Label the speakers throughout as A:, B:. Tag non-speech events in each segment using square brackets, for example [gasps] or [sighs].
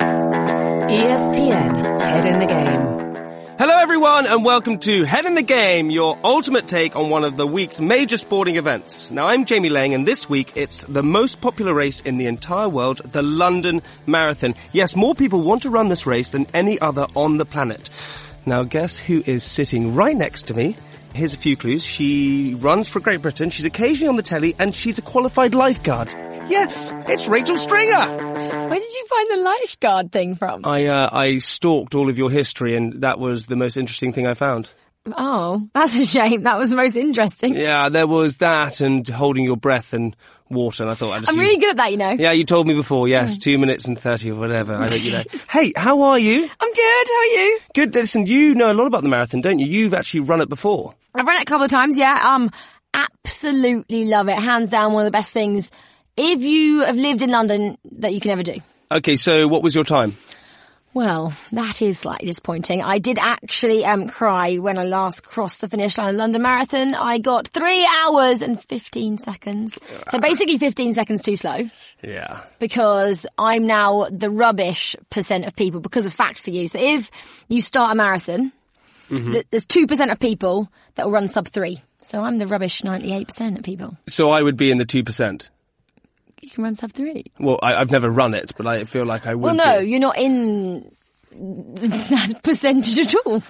A: E ESPN Head in the Game.
B: Hello, everyone, and welcome to Head in the Game, your ultimate take on one of the week's major sporting events. Now, I'm Jamie Lang, and this week it's the most popular race in the entire world, the London Marathon. Yes, more people want to run this race than any other on the planet. Now, guess who is sitting right next to me? Here's a few clues. She runs for Great Britain, she's occasionally on the telly, and she's a qualified lifeguard. Yes, it's Rachel Stringer!
C: Where did you find the lifeguard thing from?
B: I uh, I stalked all of your history, and that was the most interesting thing I found.
C: Oh, that's a shame. That was the most interesting.
B: Yeah, there was that, and holding your breath and water. And I thought I'd just.
C: I'm
B: use-
C: really Mm. good at that, you know.
B: Yeah, you told me before. Yes, two minutes and thirty or whatever.
C: [laughs]
B: I think you know. hey, how are you?
C: I'm good. How are you?
B: Good. Listen, you know a lot about the marathon, don't you? You've actually run it before.
C: I've run it a couple of times. Yeah. Um, absolutely love it. Hands down, one of the best things if you have lived in London that you can ever do.
B: Okay, so what was your time?
C: Well, that is slightly disappointing. I did actually um cry when I last crossed the finish line in London Marathon. I got three hours and fifteen seconds. So basically, fifteen seconds too slow.
B: Yeah.
C: because I'm now the rubbish percent of people because of fact for you. So if you start a marathon,
B: Mm-hmm.
C: th- there's two percent of people that will run sub three. So I'm the rubbish ninety-eight percent of people.
B: So I would be in the two percent.
C: You can run sub three.
B: Well, I, I've never run it, but I feel like I would.
C: Well, no,
B: be.
C: you're not in that percentage at all.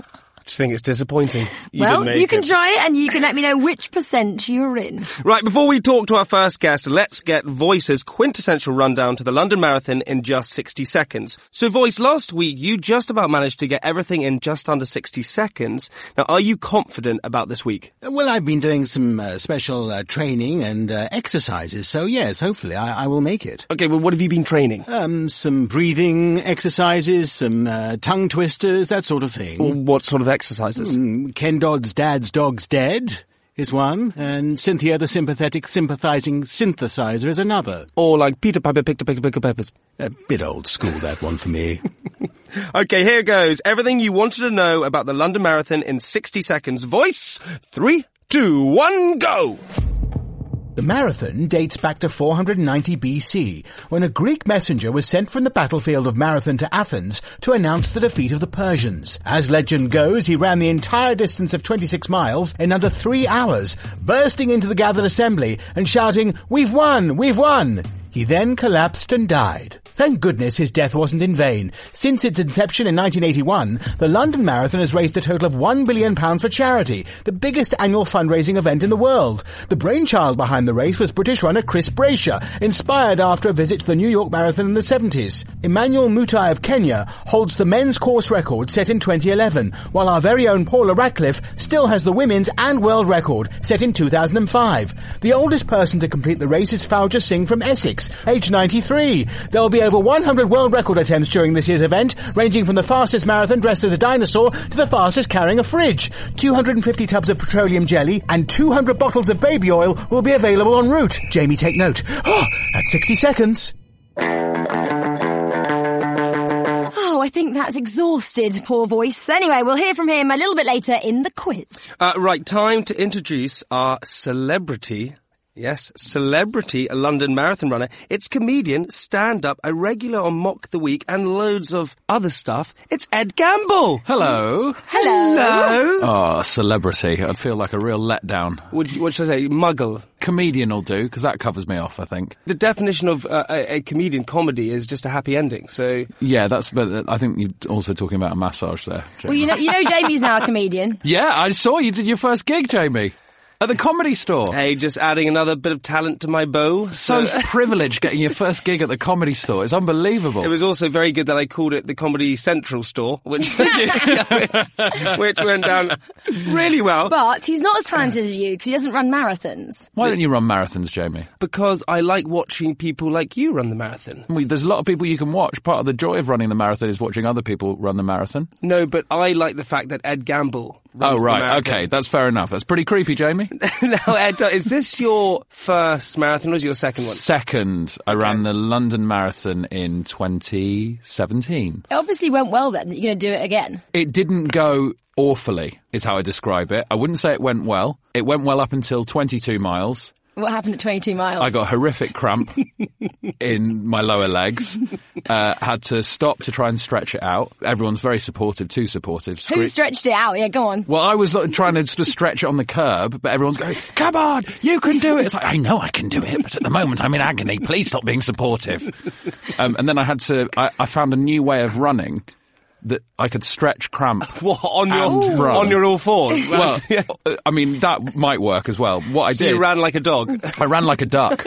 B: just think it's disappointing. You didn't
C: well,
B: make
C: you can
B: it.
C: try it and you can let me know which percent you're in.
B: Right, before we talk to our first guest, let's get Voice's quintessential rundown to the London Marathon in just 60 seconds. So Voice, last week you just about managed to get everything in just under 60 seconds. Now, are you confident about this week?
D: Well, I've been doing some uh, special uh, training and uh, exercises, so yes, hopefully I, I will make it.
B: Okay, well what have you been training?
D: Um, some breathing exercises, some uh, tongue twisters, that sort of thing.
B: what sort of exercises?
D: Ken Dodd's Dad's Dog's Dead is one, and Cynthia the Sympathetic Sympathizing Synthesizer is another.
B: Or like Peter Piper picked a picked a picked a peppers.
D: A bit old school, that one for me.
B: Okay, here goes. Everything you wanted to know about the London Marathon in 60 seconds. Voice, three, two, one, go!
E: The marathon dates back to 490 BC, when a Greek messenger was sent from the battlefield of Marathon to Athens to announce the defeat of the Persians. As legend goes, he ran the entire distance of 26 miles in under three hours, bursting into the gathered assembly and shouting, We've won! We've won! He then collapsed and died. Thank goodness his death wasn't in vain. Since its inception in 1981, the London Marathon has raised a total of £1 billion for charity, the biggest annual fundraising event in the world. The brainchild behind the race was British runner Chris Brasher, inspired after a visit to the New York Marathon in the 70s. Emmanuel Mutai of Kenya holds the men's course record set in 2011, while our very own Paula Ratcliffe still has the women's and world record set in 2005. The oldest person to complete the race is Fauja Singh from Essex, aged 93. There will be over 100 world record attempts during this year's event, ranging from the fastest marathon dressed as a dinosaur to the fastest carrying a fridge. 250 tubs of petroleum jelly and 200 bottles of baby oil will be available en route. Jamie, take note. [gasps] Oh, that's 60 seconds.
C: Oh, I think that's exhausted, poor voice. Anyway, we'll hear from him a little bit later in the quiz.
B: Uh, right, time to introduce our celebrity. Yes, celebrity a London marathon runner. It's comedian, stand up, a regular on Mock the Week, and loads of other stuff. It's Ed Gamble.
F: [laughs] Hello.
C: Hello.
B: Hello.
F: Oh, celebrity. I'd feel like a real letdown.
B: Uh, What, should- what should I say? Muggle.
F: Comedian will do, because that covers me off, I think.
B: The definition of uh, a, a comedian comedy is just a happy ending. So,
F: Yeah, that's, but uh, I think you're also talking about a massage there. Jamie.
C: Well, you know, you know, Jamie's now a comedian.
F: yeah, I saw you did your first gig, Jamie, at the comedy store.
B: hey, just adding another bit of talent to my bow.
F: So
B: [laughs]
F: privileged getting your first gig at the comedy store. It's unbelievable.
B: It was also very good that I called it the Comedy Central Store, which [laughs] which, which went [laughs] down really well.
C: But he's not as talented as you because he doesn't run marathons.
F: Why don't you run marathons, Jamie?
B: because I like watching people like you run the marathon.
F: We, there's a lot of people you can watch. Part of the joy of running the marathon is watching other people run the marathon.
B: No, but I like the fact that Ed Gamble.
F: Oh,
B: runs the
F: right.
B: marathon.
F: Okay. That's fair enough. That's pretty creepy, Jamie.
B: [laughs] now, Ed, uh, is this your first marathon or is it your second one?
F: Second, I ran the London Marathon in 2017.
C: It obviously went well then. that You're going to do it again.
F: it didn't go awfully, is how I describe it. I wouldn't say it went well. It went well up until 22 miles.
C: What happened at 22 miles?
F: I got horrific cramp in my lower legs. Uh, had to stop to try and stretch it out. Everyone's very supportive, too supportive.
C: Who
F: Scree-
C: stretched it out? Yeah, go on.
F: well, I was like, trying to sort of stretch it on the curb, but everyone's going, "Come on, you can do it." It's like I know I can do it, but at the moment I'm in agony. Please stop being supportive. Um, and then I had to. I, I found a new way of running that I could stretch
B: [laughs]
F: cramp
B: What on your [laughs]
F: And run.
B: on your all [laughs] fours?
F: well, uh, I mean, that might work as well. What I
B: so
F: did,
B: you ran like a dog.
F: I ran like a duck.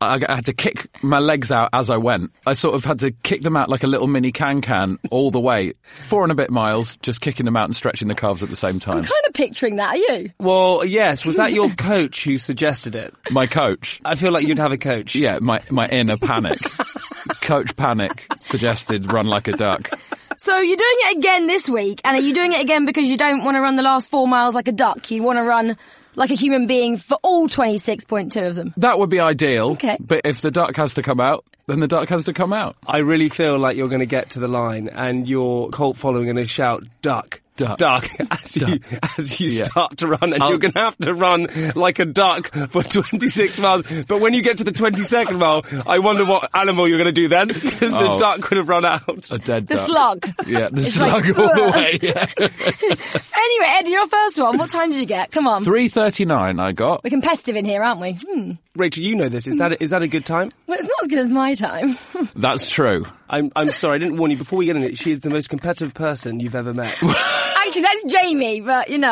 F: I I had to kick my legs out as I went. I sort of had to kick them out like a little mini can can all the way, four and a bit miles, just kicking them out and stretching the calves at the same time.
C: Kind of picturing that, are you?
B: Well, yes. Was that your coach who suggested it?
F: My coach,
B: I feel like you'd have a coach.
F: yeah, my, my
C: [laughs]
F: inner panic, coach panic suggested run like a duck.
C: So you're doing it again this week, and are you doing it again because you don't want to run the last four miles like a duck? You want to run like a human being for all 26.2 of
F: [laughs]
C: them.
F: That would be ideal.
C: Okay.
F: But if the duck has to come out, then the duck has to come out.
B: I really feel like you're going to get to the line and your cult following are going to shout duck.
F: Duck.
B: duck, [laughs] as you as you
F: Yeah.
B: start to run, and
F: I'll-
B: you're going to have to run like a duck for [laughs] 26 miles. But when you get to the 22nd mile, I wonder what animal you're going to do then, because the
F: Oh.
B: duck could have run out.
F: A dead
C: The
F: duck.
C: slug.
F: Yeah,
C: like,
F: the slug all the
C: "Ugh."
F: way.
C: [laughs]
F: Yeah.
C: Anyway, Ed, your first one. What time did you get? Come on.
F: 3.39 I got.
C: We're competitive in here, aren't we? Hmm.
B: Rachel, you know this. Is that is that a good time?
C: Well, it's not as good as my time. [laughs]
F: That's true.
B: I'm I'm sorry, I didn't warn you before we get in it. She is the most competitive person you've ever [laughs] met.
C: Actually, that's Jamie, but you know.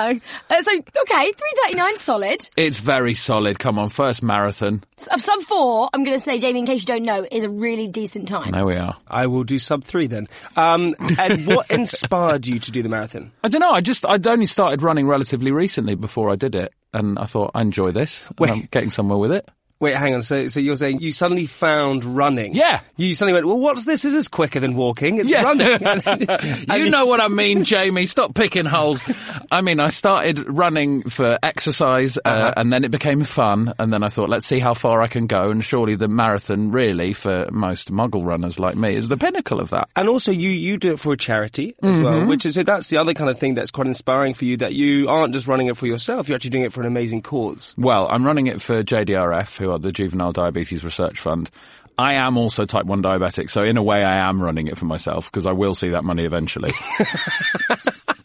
C: Uh, so, okay, 3.39, solid.
F: It's very solid. Come on, first marathon.
C: Sub, sub 4, I'm going to say, Jamie, in case you don't know, is a really decent time.
F: There we are.
B: I will do sub three then. Um, and what inspired you to do the marathon?
F: I don't know. I just I'd only started running relatively recently before I did it, and I thought I enjoy this. and
B: Wait.
F: I'm getting somewhere with it.
B: Wait, hang on. So, so you're saying you suddenly found running?
F: Yeah.
B: You suddenly went, well, what's this? This is quicker than walking. It's
F: Yeah. [laughs]
B: running.
F: You know what I mean, Jamie. Stop picking holes. I mean, I started running for exercise, uh, and then it became fun. And then I thought, let's see how far I can go. And surely the marathon, really, for most muggle runners like me, is the pinnacle of that.
B: [laughs] And also, you you do it for a charity as
F: Mm-hmm.
B: well, which is so that's the other kind of thing that's quite inspiring for you. That you aren't just running it for yourself; you're actually doing it for an amazing cause.
F: Well, I'm running it for JDRF, who are the Juvenile Diabetes Research Fund. I am also type 1 diabetic, so in a way I am running it for myself because I will see that money [laughs] eventually.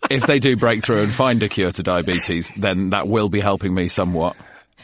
F: if they do break through and find a cure to diabetes, then that will be helping me somewhat.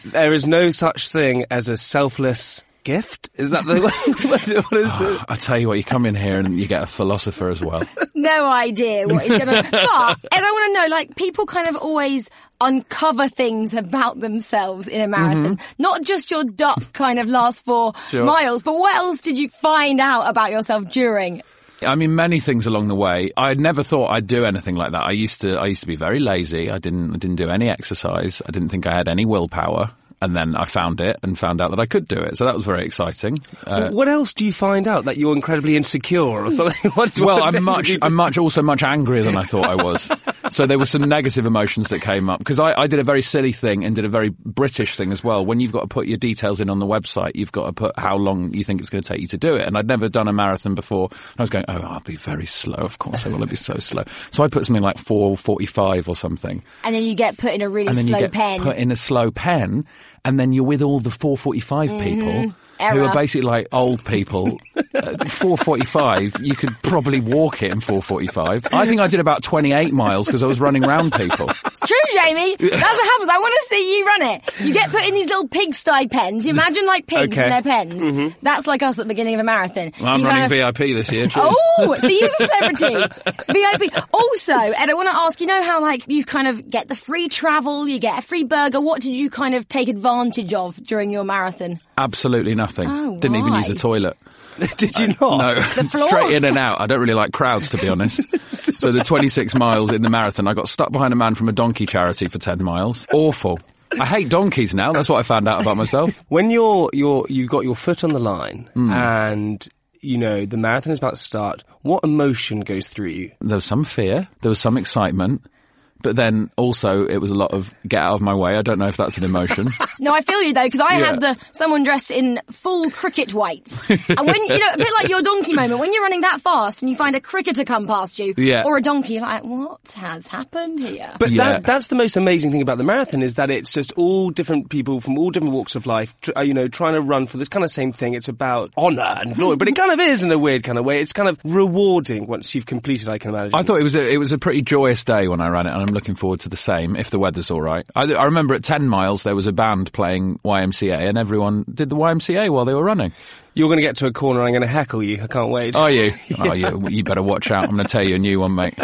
B: There is no such thing as a selfless gift. Is that the [laughs]
F: [laughs]
B: what is the?
F: I tell you what, you come in here and you get a philosopher as well.
C: No idea what he's
F: [laughs]
C: going to... But, and I want to know, like, people kind of always uncover things about themselves in a marathon. Not just your duck kind of last four
F: Mm-hmm. Sure.
C: miles, but what else did you find out about yourself during?
F: I mean, many things along the way. I never thought I'd do anything like that. I used to, I used to be very lazy. I didn't, I didn't do any exercise. I didn't think I had any willpower. And then I found it and found out that I could do it. So that was very exciting. [sighs] Uh,
B: what else do you find out that you're incredibly insecure or something? [laughs] What,
F: [laughs] well,
B: what
F: I'm
B: things
F: much,
B: you-
F: I'm much, also much angrier than I thought I was. so there were some negative emotions that came up because I, I did a very silly thing and did a very British thing as well. When you've got to put your details in on the website, you've got to put how long you think it's going to take you to do it. And I'd never done a marathon before. And I was going, oh, I'll be very slow. Of course I will. I'll be so slow. So I put something like 4.45 or something
C: And then you get put in a really
F: and then
C: slow
F: you get
C: pen.
F: put in a slow pen, and then you're with all the 445 people
C: Mm-hmm. Error.
F: who are basically like old
C: [laughs]
F: people. Uh, 445, you could probably walk it in 445. I think I did about 28 miles because I was running round
C: [laughs]
F: people.
C: It's true,
F: [laughs]
C: Jamie. That's what happens. I want to see you run it. You get put in these little pigsty pens. You imagine like pigs
B: Okay.
C: in their pens. That's like us at the beginning of a marathon.
F: Mm-hmm. I'm
C: You
F: running
C: kind of-
F: VIP this year. cheers.
C: Oh, so you're a celebrity. [laughs] VIP. Also, Ed, I want to ask, you know how like you kind of get the free travel, you get a free burger. What did you kind of take advantage of during your marathon?
F: Absolutely nothing.
C: Oh,
F: Didn't even
C: why?
F: use a toilet.
B: [laughs] Did you not?
F: No, [laughs]
C: floor?
F: straight in and out. I don't really like crowds, to
C: [laughs]
F: be honest. so the 26 miles in the marathon, I got stuck behind a man from a donkey charity for 10 miles. Awful. I hate donkeys now. That's what I found out about myself.
B: when you're you're you've got your foot on the line and you know the marathon is about to start what emotion goes through you
F: There was some fear. There was some excitement. But then also it was a lot of get out of my way. I don't know if that's
C: [laughs]
F: an emotion.
C: No, I feel you though, because I
F: Yeah.
C: had the someone dressed in full cricket whites. and when, you know, a bit like your donkey moment, when you're running that fast and you find a cricketer come past you,
F: Yeah.
C: or a donkey, you're like, what has happened here?
B: But
F: Yeah.
B: that, that's the most amazing thing about the marathon is that it's just all different people from all different walks of life, tr- uh, you know, trying to run for this kind of same thing. It's about honour and glory, but it kind of is in a weird kind of way. It's kind of rewarding once you've completed, I can imagine.
F: I thought it was a, it was a pretty joyous day when I ran it, and I'm looking forward to the same if the weather's all right. I, I remember at ten miles there was a band playing YMCA, and everyone did the YMCA while they were running.
B: You're going to get to a corner I'm going to heckle you. I can't wait.
C: [laughs]
F: Are you? Oh, you, you better watch out. I'm going to tell you a new one, mate.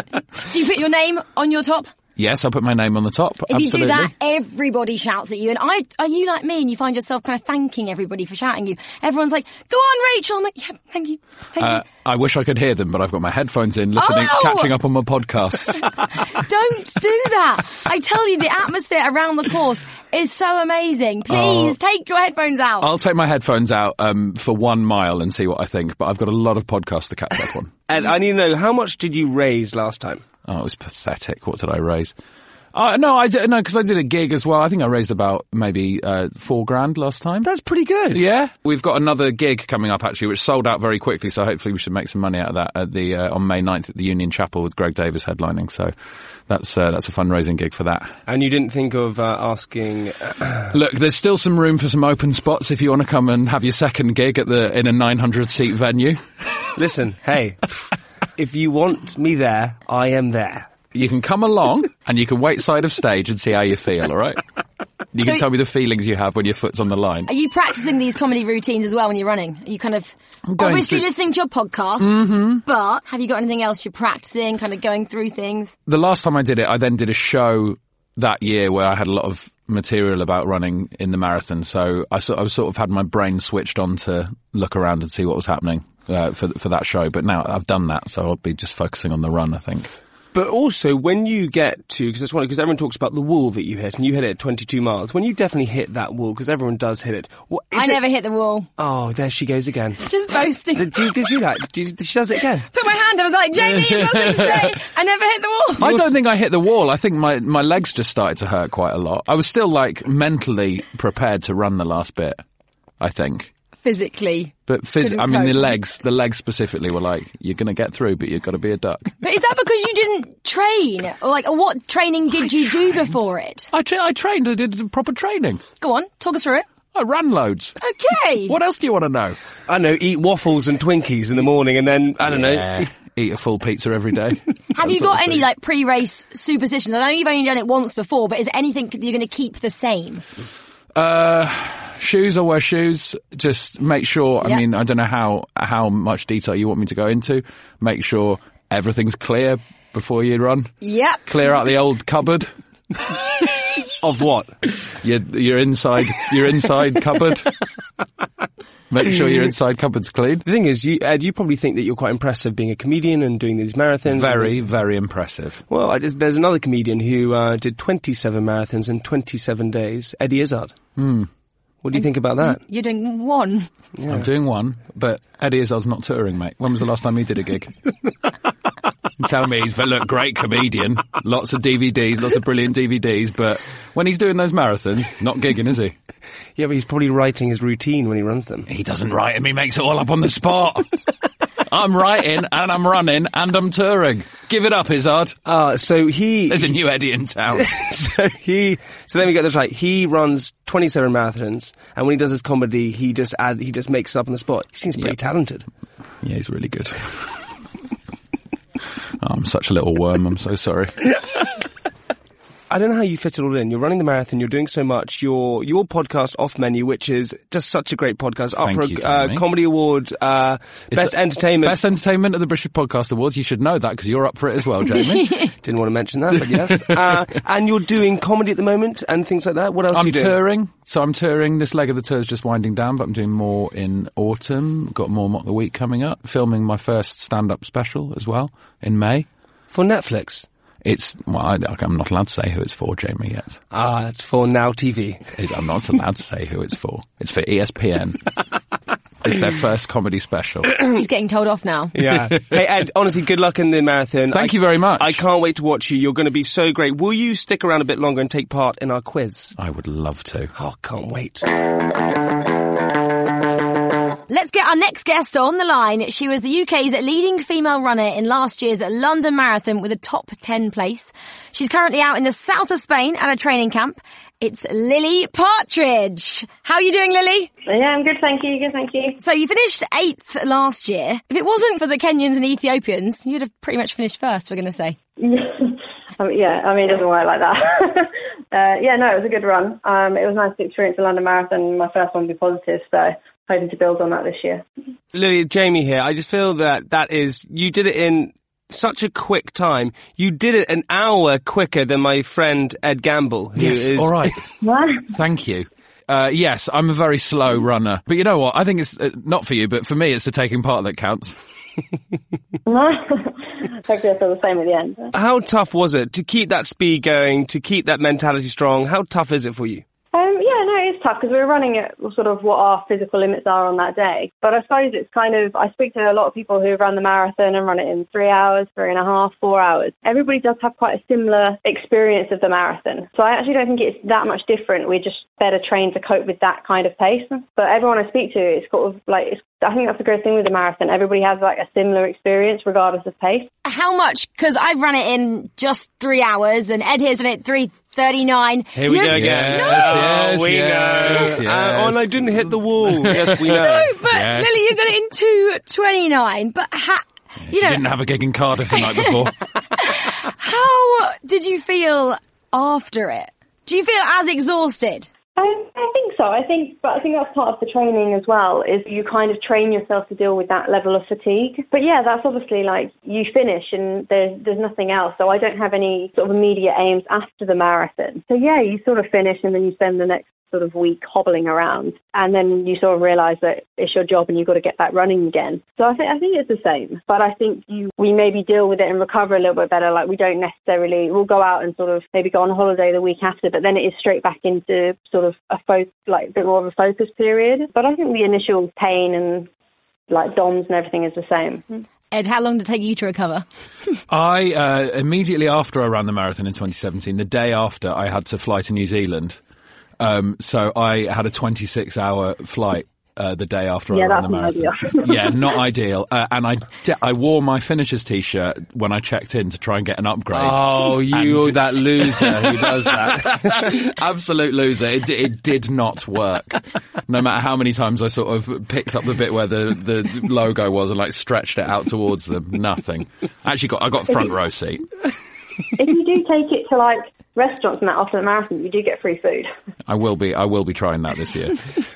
C: Do you put your name on your top?
F: Yes, I put my name on the top.
C: If
F: absolutely.
C: you do that, everybody shouts at you. And I, are you like me? And you find yourself kind of thanking everybody for shouting you. Everyone's like, "Go on, Rachel!" I'm like, "Yeah, thank you, thank
F: Uh, I wish I could hear them, but I've got my headphones in, listening,
C: Oh!
F: catching up on my podcasts.
C: you." Don't do that. I tell you, the atmosphere around the course is so amazing. Please take your headphones out.
F: I'll take my headphones out um, for one mile and see what I think, but I've got a lot of podcasts to catch
B: [laughs]
F: up on.
B: And I need to know, how much did you raise last time?
F: Oh, it was pathetic. What did I raise? Uh, no, I did, no, because I did a gig as well. I think I raised about maybe uh, four grand last time.
B: That's pretty good.
F: yeah, we've got another gig coming up actually, which sold out very quickly. So hopefully we should make some money out of that at the uh, on May 9th at the Union Chapel with Greg Davis headlining. So that's uh, that's a fundraising gig for that.
B: And you didn't think of uh, asking
F: Look, there's still some room for some open spots if you want to come and have your second gig at the in a 900 seat venue.
B: Listen, hey, if you want me there, I am there.
F: You can come along and you can wait side of stage and see how you feel. All right? You can
C: So-
F: tell me the feelings you have when your foot's on the line.
C: Are you practicing these comedy routines as well when you're running? Are you kind of
F: going
C: obviously
F: through-
C: listening to your podcasts, but have you got anything else you're practicing, kind of going through things?
F: The last time I did it, I then did a show that year where I had a lot of material about running in the marathon. So I sort I sort of had my brain switched on to look around and see what was happening. Uh, for for that show, but now I've done that, so I'll be just focusing on the run. I think.
B: But also, when you get to, because that's one, because everyone talks about the wall that you hit, and you hit it at 22 miles. When you definitely hit that wall, because everyone does hit it. What, is
C: I
B: it-
C: never hit the wall.
B: Oh, there she goes again.
C: Just boasting.
B: Did you, did you see that? Did you- she does it again.
C: Put my hand. up, I was like, Jamie, you've got to be straight. I never hit the wall.
F: I don't think I hit the wall. I think my, my legs just started to hurt quite a lot. I was still like mentally prepared to run the last bit, I think.
C: Physically,
F: But phys-
C: Couldn't
F: I mean, the
C: cope.
F: legs, the legs specifically were like, you're going to get through, but you've got to be a duck.
C: but is that because you didn't train, or like, or what training did you do before it?
F: I, tra- I trained. I did the proper training.
C: Go on, talk us through it.
F: I ran loads.
C: Okay.
F: What else do you want to know?
B: I know, eat waffles and Twinkies in the morning, and then, I don't know.
F: [laughs] Eat a full pizza every day. [laughs]
C: Have
F: That
C: you
F: sort of
C: got any
F: thing.
C: like pre-race superstitions? I know you've only done it once before, but is there anything that you're going to keep the same?
F: shoes? I wear shoes. Just make sure.
C: Yeah.
F: I mean, I don't know how how much detail you want me to go into. Make sure everything's clear before you run.
C: Yep.
F: Clear out the old cupboard.
B: Of what?
F: Your your inside your inside
C: [laughs]
F: cupboard. Make sure your inside cupboard's clean.
B: The thing is, you, Ed, you probably think that you're quite impressive being a comedian and doing these marathons.
F: Very very impressive.
B: Well, I just, there's another comedian who uh, did 27 marathons in 27 days, Eddie Izzard. Hmm. What do you think about that?
C: You're doing one.
F: I'm doing one, but Eddie Izzard's not touring, mate. When was the last time he did a gig? You Tell me he's a look great comedian, lots of DVDs, lots of brilliant DVDs, but when he's doing those marathons, not gigging, is he?
B: Yeah, but he's probably writing his routine when he runs [laughs] them.
F: He doesn't write him, he makes it all up on the spot. I'm writing and I'm running and I'm touring. Give it up, Izzard.
B: Uh, [laughs] so he,
F: There's a new Eddie in town.
B: so he, so let me get this right. He runs 27 marathons, and when he does his comedy, he just add, he just makes it up on the spot. He seems pretty
F: Yep.
B: talented.
F: Yeah, he's really good. Oh, I'm such a little worm. I'm so sorry.
B: I don't know how you fit it all in. You're running the marathon. You're doing so much. Your your podcast off menu, which is just such a great podcast, up
F: Thank
B: for a
F: you,
B: uh,
F: Jeremy.
B: comedy award, uh, best
F: a-
B: entertainment.
F: Best entertainment at the British Podcast Awards. You should know that because you're up for it as well, Jamie.
B: Didn't want to mention that, but
F: [laughs]
B: yes. uh, and you're doing comedy at the moment and things like that. What else are
F: I'm
B: you doing?
F: touring, so I'm touring. This leg of the tour is just winding down, but I'm doing more in autumn. Got more mock the week coming up. Filming my first stand-up special as well in May.
B: for Netflix.
F: It's well, I, I'm not allowed to say who it's for, Jamie. Yet
B: Ah, it's for Now TV.
F: E
B: [laughs]
F: It's- I'm not allowed to say who it's for. It's for ESPN. It's their first comedy special.
C: He's getting told off now.
B: Yeah. [laughs] hey, Ed, honestly, good luck in the marathon. I-
F: Thank you very much.
B: I can't wait to watch you. You're going to be so great. Will you stick around a bit longer and take part in our quiz?
F: I would love to.
B: Oh, can't wait.
C: Let's get our next guest on the line. She was the UK's leading female runner in last year's London Marathon with a top 10 place. She's currently out in the south of Spain at a training camp. It's Lily Partridge. How are you doing, Lily?
G: Yeah, I'm good, thank you. Good, thank you.
C: So you finished eighth last year. If it wasn't for the Kenyans and Ethiopians, you'd have pretty much finished first, we're going to say.
G: [laughs] I mean, Um, yeah, I mean, it doesn't work like that. [laughs] uh, yeah, no, it was a good run. Um, it was nice to experience the London Marathon. My first one to be positive, so hoping to build on that this year. [laughs]
B: Lily, Jamie here. I just feel that that is, you did it in such a quick time. You did it an hour quicker than my friend Ed Gamble. Who is- [laughs]
F: all right.
G: Wow.
F: Thank you. Uh, yes, I'm a very slow runner, but you know what? I think it's uh, not for you, but for me, it's the taking part that counts.
G: Hopefully, I feel the same at the end.
B: How tough was it to keep that speed going, to keep that mentality strong? How tough is it for you?
G: Um, yeah, no, it's tough because we're running at sort of what our physical limits are on that day. But I suppose it's kind of, I speak to a lot of people who run the marathon and run it in three hours, three and a half, four hours. Everybody does have quite a similar experience of the marathon. So I actually don't think it's that much different. We're just better trained to cope with that kind of pace. But everyone I speak to, it's sort of like, it's, I think that's the great thing with the marathon. Everybody has like a similar experience regardless of pace.
C: How much? Because I've run it in just three hours and Ed here's done it 3.39.
B: Here we
C: You're-
B: go again.
F: Yes,
B: Oh,
F: yes,
B: we
F: yes,
B: know.
F: yes.
B: Uh, oh, and I didn't hit the wall. yes, we know.
C: No, but
F: Yes.
C: Lily, you've done it in 2.29. But ha- you
F: She
C: know,
F: didn't have a gig in Cardiff the night before.
C: how did you feel after it? Do you feel as exhausted?
G: I, I think so. I think, but I think that's part of the training as well. Is you kind of train yourself to deal with that level of fatigue. But yeah, that's obviously like you finish and there's there's nothing else. So I don't have any sort of immediate aims after the marathon. So yeah, you sort of finish and then you spend the next sort of week hobbling around, and then you sort of realise that it's your job and you've got to get back running again. So I think I think it's the same. But I think you we maybe deal with it and recover a little bit better. Like we don't necessarily we'll go out and sort of maybe go on holiday the week after, but then it is straight back into sort of a fo- like a bit more of a focus period. But I think the initial pain and like DOMS and everything is the same.
C: Ed, how long did it take you to recover?
F: I uh, immediately after I ran the marathon in 2017, the day after, I had to fly to New Zealand. Um, so I had a 26 hour flight. Uh, the day after
G: Yeah,
F: I ran the
G: that's
F: marathon,
G: not
F: yeah,
G: [laughs]
F: not ideal. Uh, and I, de- I wore my finisher's t-shirt when I checked in to try and get an upgrade.
B: Oh, you that loser who does that.
F: [laughs] Absolute loser. It, di- it did not work. No matter how many times I sort of picked up the bit where the, the logo was and like stretched it out towards them, nothing. Actually, got I got front row seat.
G: if you do take it to like restaurants and that after the marathon, you do get free food.
F: I will be I will be trying that this year.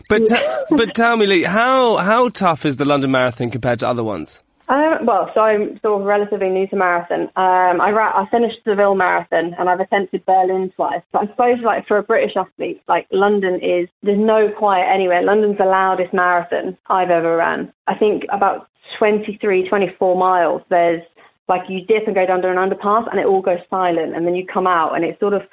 B: But t- but tell me, Lee, how how tough is the London Marathon compared to other ones?
G: Um, well, so I'm sort of relatively new to marathon. Um, I ra- I finished the Ville Marathon and I've attempted Berlin twice. But I suppose like for a British athlete, like London is there's no quiet anywhere. London's the loudest marathon I've ever ran. I think about 23, 24 miles. There's like you dip and go down to an underpass and it all goes silent and then you come out and it's sort of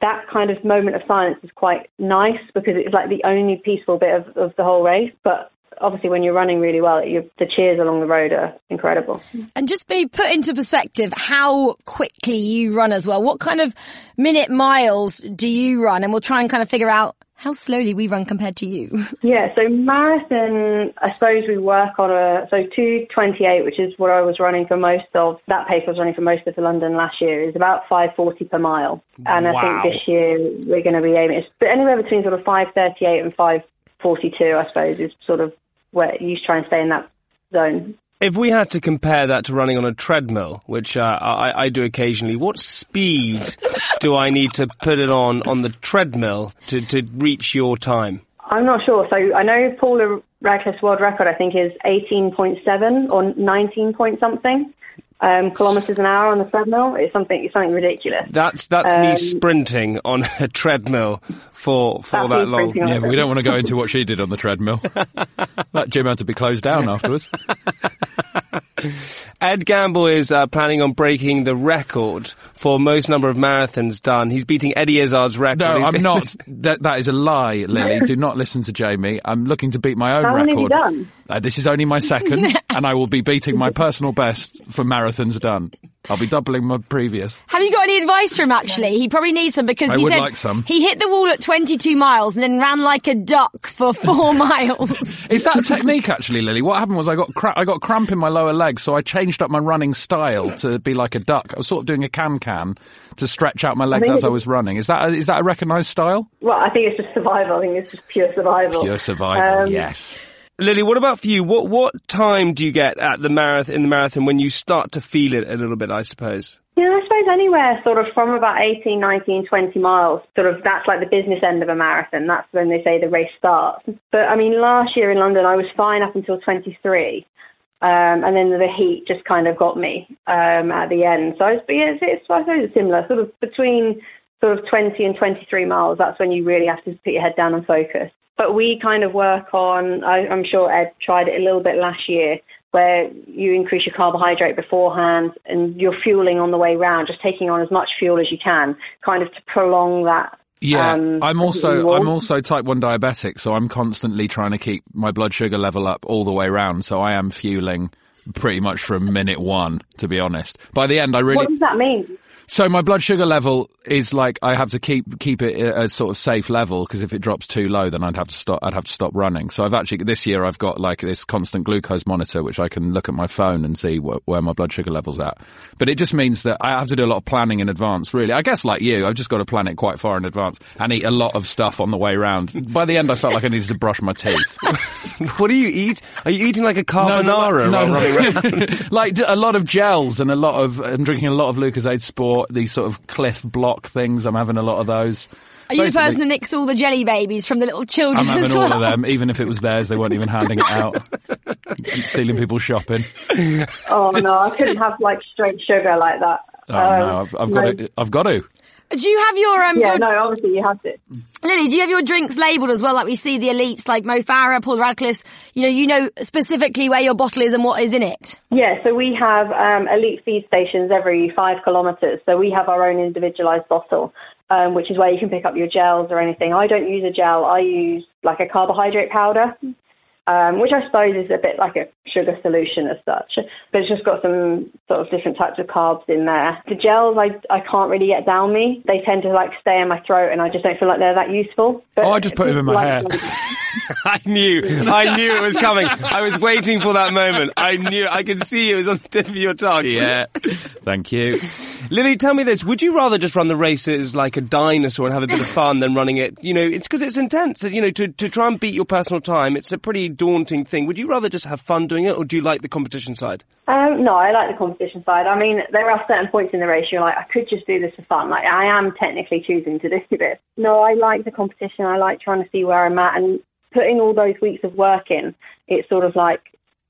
G: that kind of moment of silence is quite nice because it's like the only peaceful bit of, of the whole race. But obviously, when you're running really well, you the cheers along the road are incredible.
C: And just be put into perspective how quickly you run as well. What kind of minute miles do you run? And we'll try and kind of figure out how slowly we run compared to you. [laughs]
G: Yeah, so marathon, I suppose we work on a, so 228, which is what I was running for most of, that pace I was running for most of the London last year, is about 540 per mile. And
B: Wow.
G: I think this year we're going to be aiming, it's anywhere between sort of 538 and 542, I suppose, is sort of where you try and stay in that zone.
B: If we had to compare that to running on a treadmill, which uh, I, I do occasionally, what speed do I need to put it on on the treadmill to, to reach your time?
G: I'm not sure. So I know Paula Radcliffe's world record, I think, is 18.7 or 19 point something um, kilometres an hour on the treadmill. It's something, it's something ridiculous.
B: That's that's me
G: Um,
B: sprinting on [laughs] a treadmill for for
G: That's
B: that
G: me
B: long.
G: sprinting on
F: Yeah,
G: a
F: but we don't want to go into what she did on the treadmill. That gym had to be closed down afterwards.
B: Ed Gamble is uh, planning on breaking the record for most number of marathons done. He's beating Eddie Izzard's record.
F: No,
B: He's
F: I'm
B: doing-
F: not. That, that is a lie, Lily. Do not listen to Jamie. I'm looking to beat my own
G: How
F: record.
G: many have you done?
F: Uh, this is only my
G: [laughs]
F: second, and I will be beating my personal best for marathons done. I'll be doubling my previous.
C: Have you got any advice for him? Actually, he probably needs some because
F: I
C: he
F: would
C: said
F: like some.
C: he hit the wall at 22 miles and then ran like a duck
F: [laughs]
C: for four miles.
F: Is that a technique actually, Lily? What happened was I got cra- I got cramp in my lower leg, so I changed up my running style to be like a duck. I was sort of doing a can can to stretch out my legs as I was running. Is that a, is that a recognised style?
G: Well, I think it's just survival. I think it's just pure survival.
F: Pure survival.
G: Um,
F: yes.
B: [laughs] Lily, what about for you? What what time do you get at the marathon in the marathon when you start to feel it a little bit? I suppose. [laughs]
G: Yeah, I suppose anywhere sort of from about 18, 19, 20 miles, sort of that's like the business end of a marathon. That's when they say the race starts. But I mean, last year in London, I was fine up until 23. Um, and then the heat just kind of got me um, at the end. So I was, but yeah, it's, it's, I suppose it's similar, sort of between sort of 20 and 23 miles. That's when you really have to put your head down and focus. But we kind of work on, I, I'm sure Ed tried it a little bit last year, where you increase your carbohydrate beforehand and you're fueling on the way round, just taking on as much fuel as you can, kind of to prolong that.
F: Yeah,
G: um,
F: I'm also
G: reward.
F: I'm also type one diabetic, so I'm constantly trying to keep my blood sugar level up all the way round. So I am fueling pretty much from minute one, to be honest. By the end, I really
G: What does that mean?
F: so my blood sugar level is like I have to keep keep it at a sort of safe level because if it drops too low, then I'd have to stop. I'd have to stop running. So I've actually this year I've got like this constant glucose monitor which I can look at my phone and see wh- where my blood sugar levels at. But it just means that I have to do a lot of planning in advance. Really, I guess like you, I've just got to plan it quite far in advance and eat a lot of stuff on the way round. By the end, I felt like I needed to brush my teeth.
B: What do you eat? Are you eating like a
F: No,
B: carbonara?
F: no,
B: while running around?
F: [laughs] like d- a lot of gels and a lot of I'm drinking a lot of Lucasade Sport. These sort of Cliff Block things. I'm having a lot of those.
C: Are you the
F: Basically,
C: person that nicks all the jelly babies from the little children
F: I'm having
C: as
F: all
C: well?
F: of them, even if it was theirs, they weren't even handing it out. Stealing people's shopping.
G: Oh no, I couldn't have like straight sugar like that.
F: Oh no, I've, I've got to. I've got to.
C: Do you have your um,
G: Yeah,
C: your-
G: no, obviously you have to.
C: Lily? Do you have your drinks labelled as well? Like we see the elites, like Mo Farah, Paul Radcliffe. You know, you know specifically where your bottle is and what is in it.
G: Yeah, so we have um, elite feed stations every five kilometres. So we have our own individualised bottle, um, which is where you can pick up your gels or anything. I don't use a gel. I use like a carbohydrate powder, um, which I suppose is a bit like a sugar solution as such, but it's just got some sort of different types of carbs in there. The gels I I can't really get down me. They tend to like stay in my throat, and I just don't feel like they're that useful. But
F: Oh, I just put 'em in my
G: like-
F: hair.
B: [laughs] I knew, I knew it was coming. I was waiting for that moment. I knew, I could see it was on the tip of your tongue.
F: Yeah. Thank you.
B: Lily, tell me this. Would you rather just run the races like a dinosaur and have a bit of fun than running it? You know, it's because it's intense. You know, to, to try and beat your personal time, it's a pretty daunting thing. Would you rather just have fun doing it or do you like the competition side?
G: Um, no, I like the competition side. I mean, there are certain points in the race you're like, I could just do this for fun. Like, I am technically choosing to do [laughs] this. No, I like the competition. I like trying to see where I'm at and putting all those weeks of work in. It's sort of like,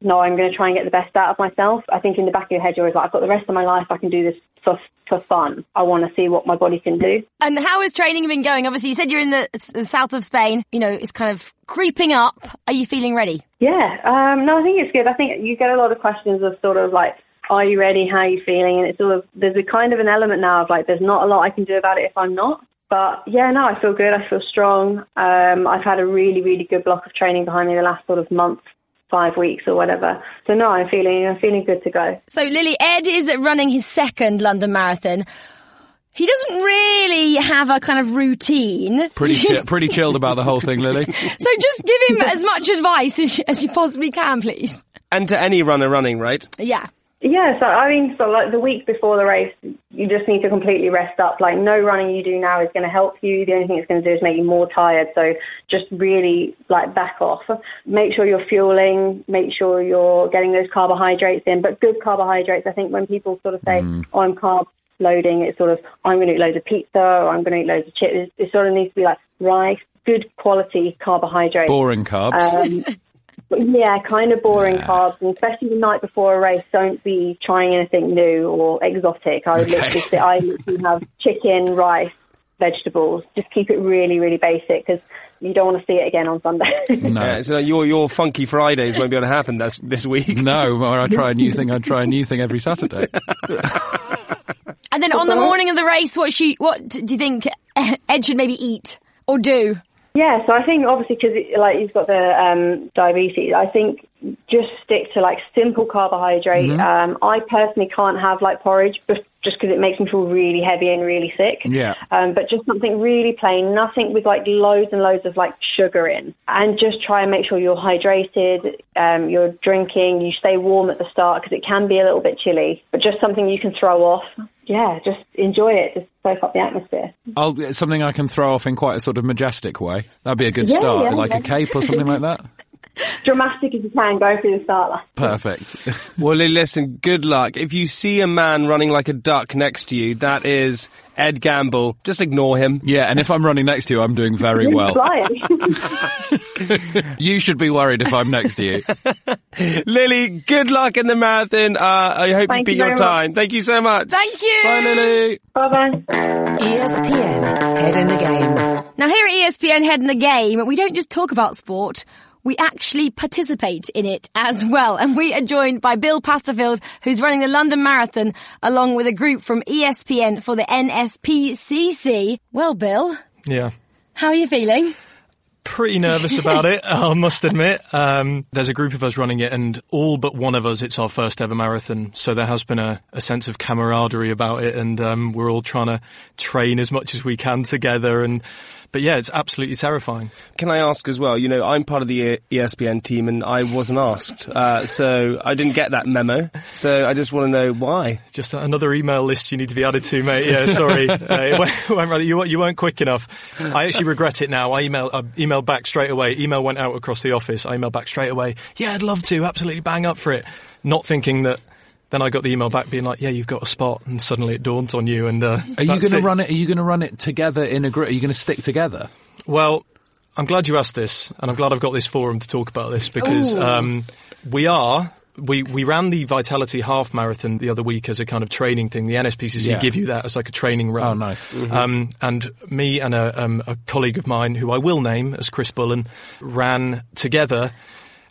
G: no, I'm going to try and get the best out of myself. I think in the back of your head, you're always like, I've got the rest of my life. I can do this for for fun. I want to see what my body can do.
C: And how has training been going? Obviously, you said you're in the, it's the south of Spain. You know, it's kind of creeping up. Are you feeling ready?
G: Yeah, um, no, I think it's good. I think you get a lot of questions of sort of like, are you ready? How are you feeling? And it's sort of, there's a kind of an element now of like, there's not a lot I can do about it if I'm not. But yeah, no, I feel good. I feel strong. Um, I've had a really, really good block of training behind me the last sort of month, five weeks or whatever. So no, I'm feeling, I'm feeling good to go.
C: So, Lily, Ed is running his second London Marathon. He doesn't really have a kind of routine.
F: Pretty chi- pretty chilled about the whole thing, Lily.
C: So just give him as much advice as you, as you possibly can, please.
B: And to any runner running, right?
C: Yeah.
G: Yeah, so I mean, so like the week before the race, you just need to completely rest up. Like no running you do now is going to help you. The only thing it's going to do is make you more tired. So just really like back off. Make sure you're fueling. Make sure you're getting those carbohydrates in, but good carbohydrates. I think when people sort of say, "Oh, I'm carb loading," it's sort of I'm going to eat loads of pizza or I'm going to eat loads of chips. It, it sort of needs to be like rice, good quality carbohydrates.
F: Boring carbs.
G: Um, but yeah, kind of boring
F: Yeah.
G: carbs, and especially the night before a race. Don't be trying anything new or exotic. I would
F: Okay. [laughs]
G: literally, say, I literally have chicken, rice, vegetables. Just keep it really, really basic because you don't want to see it again on Sunday. [laughs]
F: No.
B: Yeah, so your your funky Fridays won't be able to happen this, this week.
F: No, or I try a new thing. I try a new thing every Saturday.
C: And then on the morning of the race, what she, what d- do you think Ed should maybe eat or do?
G: Yeah, so I think obviously because like he's got the um, diabetes, I think just stick to like simple carbohydrate. Um, I personally can't have like porridge bef- just because it makes me feel really heavy and really sick.
F: Yeah.
G: Um, but just something really plain, nothing with like loads and loads of like sugar in, and just try and make sure you're hydrated, um, you're drinking, you stay warm at the start because it can be a little bit chilly. But just something you can throw off. Yeah, just enjoy it. Just soak up the atmosphere.
F: I'll it's something I can throw off in quite a sort of majestic way. That'd be a good
G: Yeah,
F: start,
G: yeah,
F: like
G: yeah.
F: a cape or something like that.
G: Dramatic as you can, go through the start line.
F: Perfect.
B: Well, Lily, listen, good luck. If you see a man running like a duck next to you, that is Ed Gamble. Just ignore him.
F: Yeah, and if I'm running next to you, I'm doing very well.
G: Flying.
F: You should be worried if I'm next to you.
B: Lily, good luck in the marathon. Uh, I hope
G: Thank
B: you beat
G: you very
B: your
G: much.
B: time. Thank you so much.
C: Thank you.
B: Bye, Lily.
G: bye bye.
C: E
H: ESPN, head in the game.
C: Now, here at E ESPN Head in the Game, we don't just talk about sport. We actually participate in it as well. And we are joined by Bill Pasterfield, who's running the London Marathon along with a group from E ESPN for the NSPCC. Well, Bill,
I: Yeah.
C: how are you feeling?
I: Pretty nervous about it, I must admit. Um, there's a group of us running it, and all but one of us, it's our first ever marathon. So there has been a, a sense of camaraderie about it, and um, we're all trying to train as much as we can together. And but yeah, it's absolutely terrifying.
B: Can I ask as well? You know, I'm part of the E- ESPN team and I wasn't asked. Uh, so I didn't get that memo. So I just want to know why.
I: Just another email list you need to be added to, mate.
F: [laughs]
I: Yeah, sorry, uh, it went, went rather- you, weren't- you weren't quick enough. I actually regret it now. I emailed, I emailed back straight away. Email went out across the office. I emailed back straight away. Yeah, I'd love to. Absolutely, bang up for it. Not thinking that. Then I got the email back being like, "Yeah, you've got a spot," and suddenly it dawns on you. And uh,
F: Are you
I: that's
F: going to
I: it.
F: run it? Are you going to run it together in a group? Are you going to stick together?
I: Well, I'm glad you asked this, and I'm glad I've got this forum to talk about this because um, we are. We, we ran the Vitality Half Marathon the other week as a kind of training thing. The NSPCC
F: Yeah.
I: give you that as like a training run.
F: Oh, nice.
I: Um, and me and a, um, a colleague of mine, who I will name as Chris Bullen, ran together.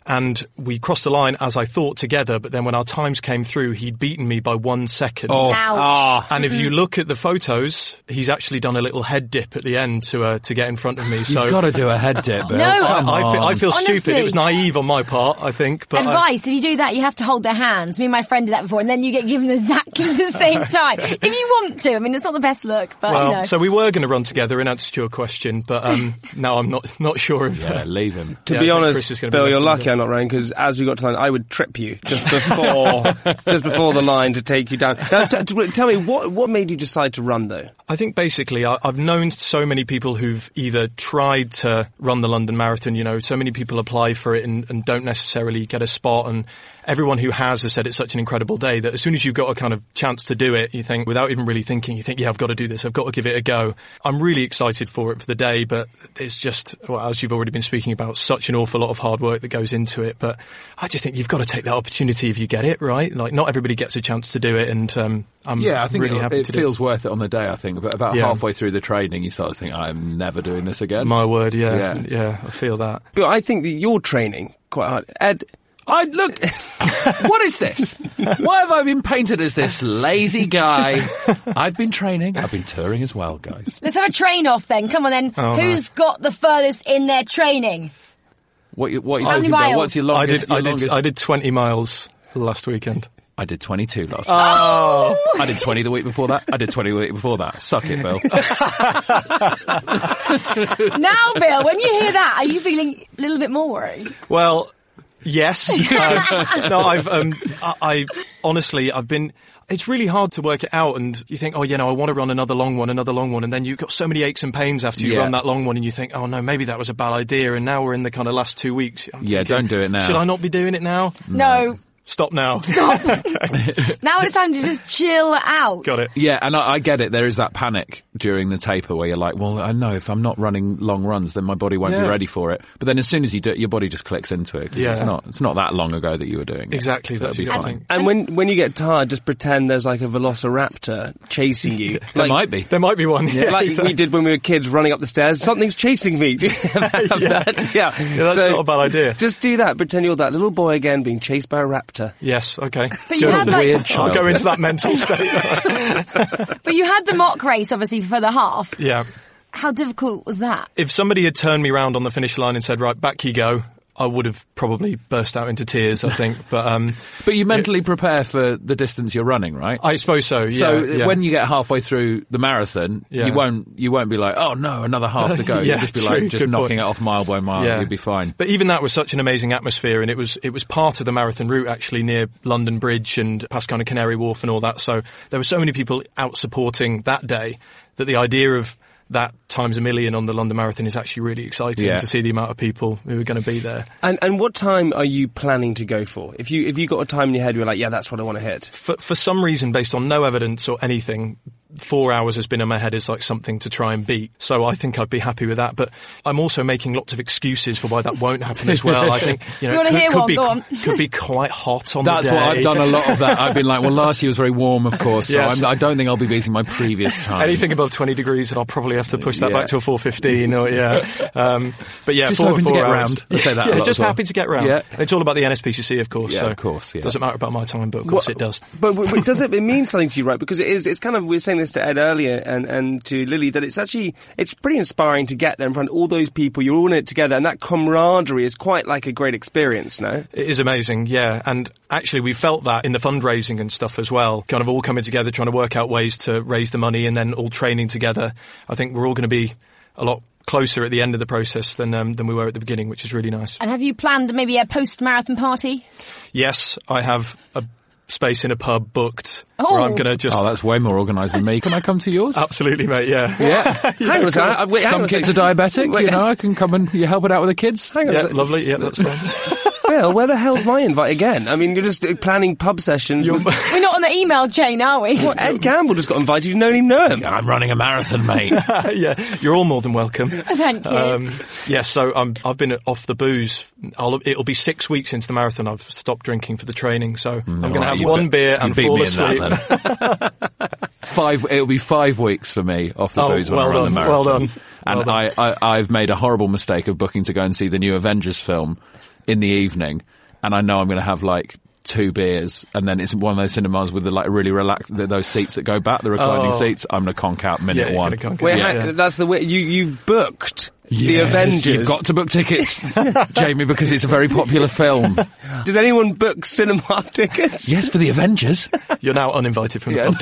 I: And we crossed the line as I thought together, but then when our times came through, he'd beaten me by one second.
F: Oh,
C: Ouch.
I: And if you
C: Mm-hmm.
I: look at the photos, he's actually done a little head dip at the end to uh, to get in front of me. So
F: You've got to do a head dip, Bill.
C: No.
I: I, I, fe- I feel stupid.
C: Honestly.
I: It was naive on my part, I think. But I-
C: Advice, if you do that, you have to hold their hands. Me and my friend did that before, and then you get given exactly [laughs] the
I: [laughs]
C: same time. If you want to, I mean, it's not the best look, but
I: well,
C: you know.
I: so we were going to run together in answer to your question,
C: [laughs]
I: but um, now I'm not not sure if.
F: Yeah, leave him.
B: To
I: Yeah, I
B: be
I: think
B: honest,
I: Chris is gonna be
B: Bill,
I: left
B: you're
I: on
B: lucky
I: the-
B: I'm not running because as we got to the line, I would trip you just
I: [laughs]
B: before just before the line to take you down. Now, t- t- tell me what what made you decide to run though?
I: I think basically I, I've known so many people who've either tried to run the London Marathon, you know, so many people apply for it and, and don't necessarily get a spot. And everyone who has has said it's such an incredible day that as soon as you've got a kind of chance to do it, you think without even really thinking, you think, yeah, I've got to do this. I've got to give it a go. I'm really excited for it for the day, but it's just, well, as you've already been speaking about, such an awful lot of hard work that goes into it. But I just think you've got to take that opportunity if you get it, right? Like not everybody gets a chance to do it. And, um, I'm
F: Yeah, I think
I: really
F: it,
I: happy
F: it
I: to do
F: feels worth it on the day. I think, but about
I: Yeah.
F: halfway through the training, you start to think, "I'm never doing this again."
I: My word, yeah,
F: Yeah.
I: yeah, I feel that.
B: Bill, I think that you're training quite hard. Ed,
F: I look. [laughs] what is this? Why have I been painted as this lazy guy?
I: [laughs]
F: I've been training. I've been touring as well, guys.
C: Let's have a train off then. Come on then.
I: Oh,
C: Who's got the furthest in their training?
F: What you, what you
C: How many
F: talking about?
C: miles?
F: What's your
I: I
F: longest?
I: did, I
F: your
I: did,
F: longest-
I: I did twenty miles last weekend.
F: I did 22 last.
I: Oh.
F: week. I did 20 the week before that. I did 20 the week before that. Suck it,
I: [laughs]
F: Bill.
C: Now, Bill, when you hear that, are you feeling a little bit more worried?
I: Well, yes. [laughs] Um, no, I've, um, I, I honestly, I've been. It's really hard to work it out, and you think, oh, you know, I want to run another long one, another long one, and then you've got so many aches and pains after you
F: Yeah.
I: run that long one, and you think, oh no, maybe that was a bad idea, and now we're in the kind of last two weeks. I'm
F: Yeah,
I: thinking,
F: don't do it now.
I: Should I not be doing it now?
C: No. [laughs]
I: Stop now. [laughs]
C: Now it's time to just chill out.
I: Got it.
F: Yeah, and I, I get it. There is that panic during the taper where you're like, well, I know if I'm not running long runs, then my body won't be
I: Yeah.
F: ready for it. But then as soon as you do it, your body just clicks into it. 'cause
I: Yeah.
F: It's not, it's not that long ago that you were doing it.
I: Exactly,
F: So
I: that's
F: it'll
I: the
F: be
I: other
F: fine.
I: thing.
B: And when, when you get tired, just pretend there's like a velociraptor chasing you.
F: There
B: like,
F: might be.
I: There might be one.
B: [laughs]
I: Yeah,
B: like we
I: exactly.
B: did when we were kids running up the stairs. Something's chasing me. [laughs] Do you have that? Yeah.
I: [laughs] Yeah, that's not a bad idea.
B: Just do that. Pretend you're that little boy again being chased by a raptor.
I: [laughs] Yes, okay.
C: But you, had like,
F: Weird
I: I'll
F: child.
I: go into that mental [laughs] state.
C: but you had the mock race, obviously, for the half.
I: yeah.
C: How difficult was that?
I: If somebody had turned me round on the finish line and said, right, back you go, I would have probably burst out into tears, I think. But um,
F: But you mentally prepare for the distance you're running, right?
I: I suppose so, yeah.
F: so
I: yeah.
F: when you get halfway through the marathon,
I: Yeah.
F: you won't you won't be like, oh no, another half
I: [laughs]
F: to go.
I: Yeah,
F: You'll just be
I: true,
F: like, just
I: good
F: knocking
I: point.
F: it off mile by mile.
I: Yeah.
F: You'll be fine.
I: But even that was such an amazing atmosphere, and it was it was part of the marathon route actually near London Bridge and past kind of Canary Wharf and all that. So there were so many people out supporting that day that the idea of that times a million on the London Marathon is actually really exciting
F: Yeah.
I: to see the amount of people who are going to be there.
B: And and what time are you planning to go for? If you if you got a time in your head, you're like, yeah, that's what I want to hit.
I: For for some reason, based on no evidence or anything, four hours has been in my head as like something to try and beat. So I think I'd be happy with that. But I'm also making lots of excuses for why that won't happen as well. I think
C: [laughs]
I: you know
C: You wanna
I: it could,
C: hear
I: could
C: one?
I: be
C: Go on.
I: [laughs] could be quite hot on
F: That's
I: the day.
F: what I've done a lot of that. I've been like, well, last year was very warm, of course, so
I: Yes.
F: I'm, I don't think I'll be beating
B: [laughs]
F: my previous time.
I: [laughs] Anything above 20 degrees, and I'll probably have to push that
F: Yeah.
I: back to a 415. Or, yeah, um, but yeah,
F: Just
I: four,
F: hoping to
I: four
F: get
I: hours.
F: round. I say
I: [laughs]
F: that a
I: yeah,
F: lot
I: just
F: as well.
I: happy to get round.
F: Yeah.
I: It's all about the NSPCC, of course.
F: Yeah,
I: so
F: of course, yeah.
I: Doesn't matter about my time, but of course
B: Well,
I: it does.
B: But, but, but does it,
I: [laughs]
B: it mean something to you, right? Because it is, it's kind of, we were saying this to Ed earlier and, and to Lily, that it's actually, it's pretty inspiring to get there in front of all those people, you're all in it together, and that camaraderie is quite like a great experience, no?
I: It is amazing, yeah. And actually, we felt that in the fundraising and stuff as well. Kind of all coming together, trying to work out ways to raise the money, and then all training together. I think we're all going to be a lot closer at the end of the process than um, than we were at the beginning, which is really nice.
C: And have you planned maybe a post-marathon party?
I: Yes, I have a space in a pub booked
C: Oh.
I: where I'm going to just.
F: Oh, that's way more organised than me. Can I come to yours?
I: Absolutely, mate. [laughs] Yeah.
B: Yeah. [laughs] hang on a second. I- Uh, wait, hang on
F: Some
B: a
F: kids are
B: second.
F: diabetic,
B: Wait,
F: you know. I can come and you help it out with the kids.
B: Hang on a
I: Yeah,
B: second.
I: lovely. Yeah, that's fine. [laughs]
B: Well, where the hell's my invite again? I mean, you're just uh, planning pub sessions. with-
F: [laughs]
C: We're not on the email chain, are we?
B: Well, Ed Gamble just got invited. You don't even know him.
F: I'm running a marathon, mate.
I: yeah, you're all more than
C: [laughs]
I: welcome.
C: Thank you.
I: Um, yeah, so I'm, I've been off the booze. I'll, it'll be six weeks since the marathon. I've stopped drinking for the training, so I'm going to
F: Right,
I: have
F: you bet-
I: one beer
F: you
I: and
F: beat
I: fall
F: me in that,
I: asleep. [laughs]
F: then. five. It'll be five weeks for me off the
I: Oh,
F: booze when
I: well
F: I run the
I: done,
F: marathon.
I: well done,
F: And
I: well done.
F: I, I, I've made a horrible mistake of booking to go and see the new Avengers film in the evening, and I know I'm going to have like. Two beers, and then it's one of those cinemas with the like really relaxed those seats that go back, the reclining
I: Oh.
F: seats. I'm gonna conk out minute
I: Yeah, you're
F: one.
I: gonna conk out.
B: Wait,
I: Yeah,
B: hang-
I: yeah.
B: that's the way you you've booked the
F: Yes,
B: Avengers.
F: You've got to book
I: [laughs]
F: tickets, Jamie, because it's a very popular film.
B: Does anyone book cinema [laughs] tickets?
F: yes, for the Avengers.
I: [laughs] You're now uninvited from the
F: Yeah.
I: pub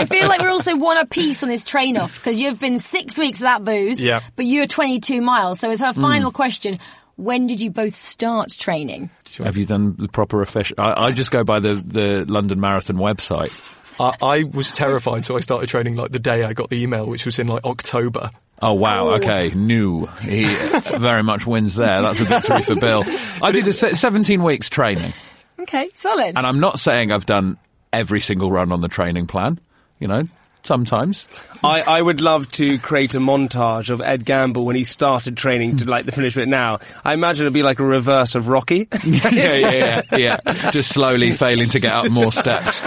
F: [laughs]
C: I feel like we're also one apiece on this train off because you've been six weeks without booze,
I: Yeah. Mm.
C: but you're 22 miles. So it's our final question. When did you both start training?
F: Have you done the proper official? I, I just go by the, the London Marathon website.
I: I, I was terrified, so I started training like the day I got the email, which was in like October.
F: Oh wow! Okay, new. He very much wins there. That's a victory for Bill. I did a se- seventeen weeks training,
C: Okay, solid.
F: and I'm not saying I've done every single run on the training plan. You know, sometimes
B: I, I would love to create a montage of Ed Gamble when he started training to like the finish of it now. I imagine it'd be like a reverse of Rocky.
F: [laughs] yeah, yeah, yeah, yeah. Just slowly failing to get up more steps.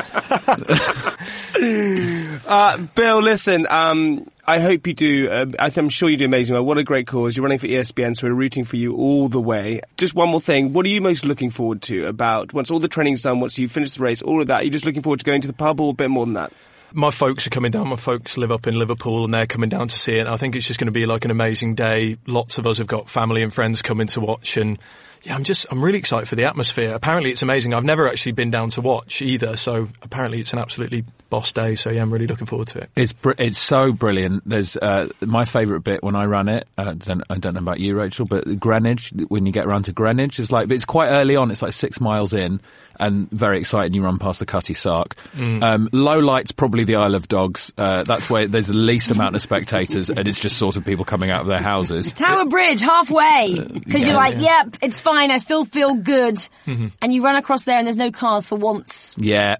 B: Uh, Bill, listen, um, I hope you do. Uh, I th- I'm sure you do amazing well. What a great cause. You're running for E ESPN, so we're rooting for you all the way. Just one more thing. What are you most looking forward to about once all the training's done, once you finish the race, all of that? Are you just looking forward to going to the pub or a bit more than that?
I: my folks are coming down. My folks live up in Liverpool and they're coming down to see it. I think it's just going to be like an amazing day. Lots of us have got family and friends coming to watch and yeah, I'm just, I'm really excited for the atmosphere. Apparently it's amazing. I've never actually been down to watch either. So apparently it's an absolutely boss day. So yeah, I'm really looking forward
B: [laughs]
I: to it.
F: It's br- it's so brilliant. There's uh, my favourite bit when I ran it. Uh, then I don't know about you, Rachel, but Greenwich. When you get around to Greenwich, it's like but it's quite early on. It's like six miles in, and very exciting. You run past the Cutty Sark. Um, low lights, probably the Isle of Dogs. Uh, that's where there's the least amount of spectators, and it's just sort of people coming out of their houses.
I: Uh,
C: Tower Bridge, halfway. Because you're like, yep, it's fine, I still feel good.
I: Mm-hmm.
C: And you run across there and there's no cars for once.
F: Yeah,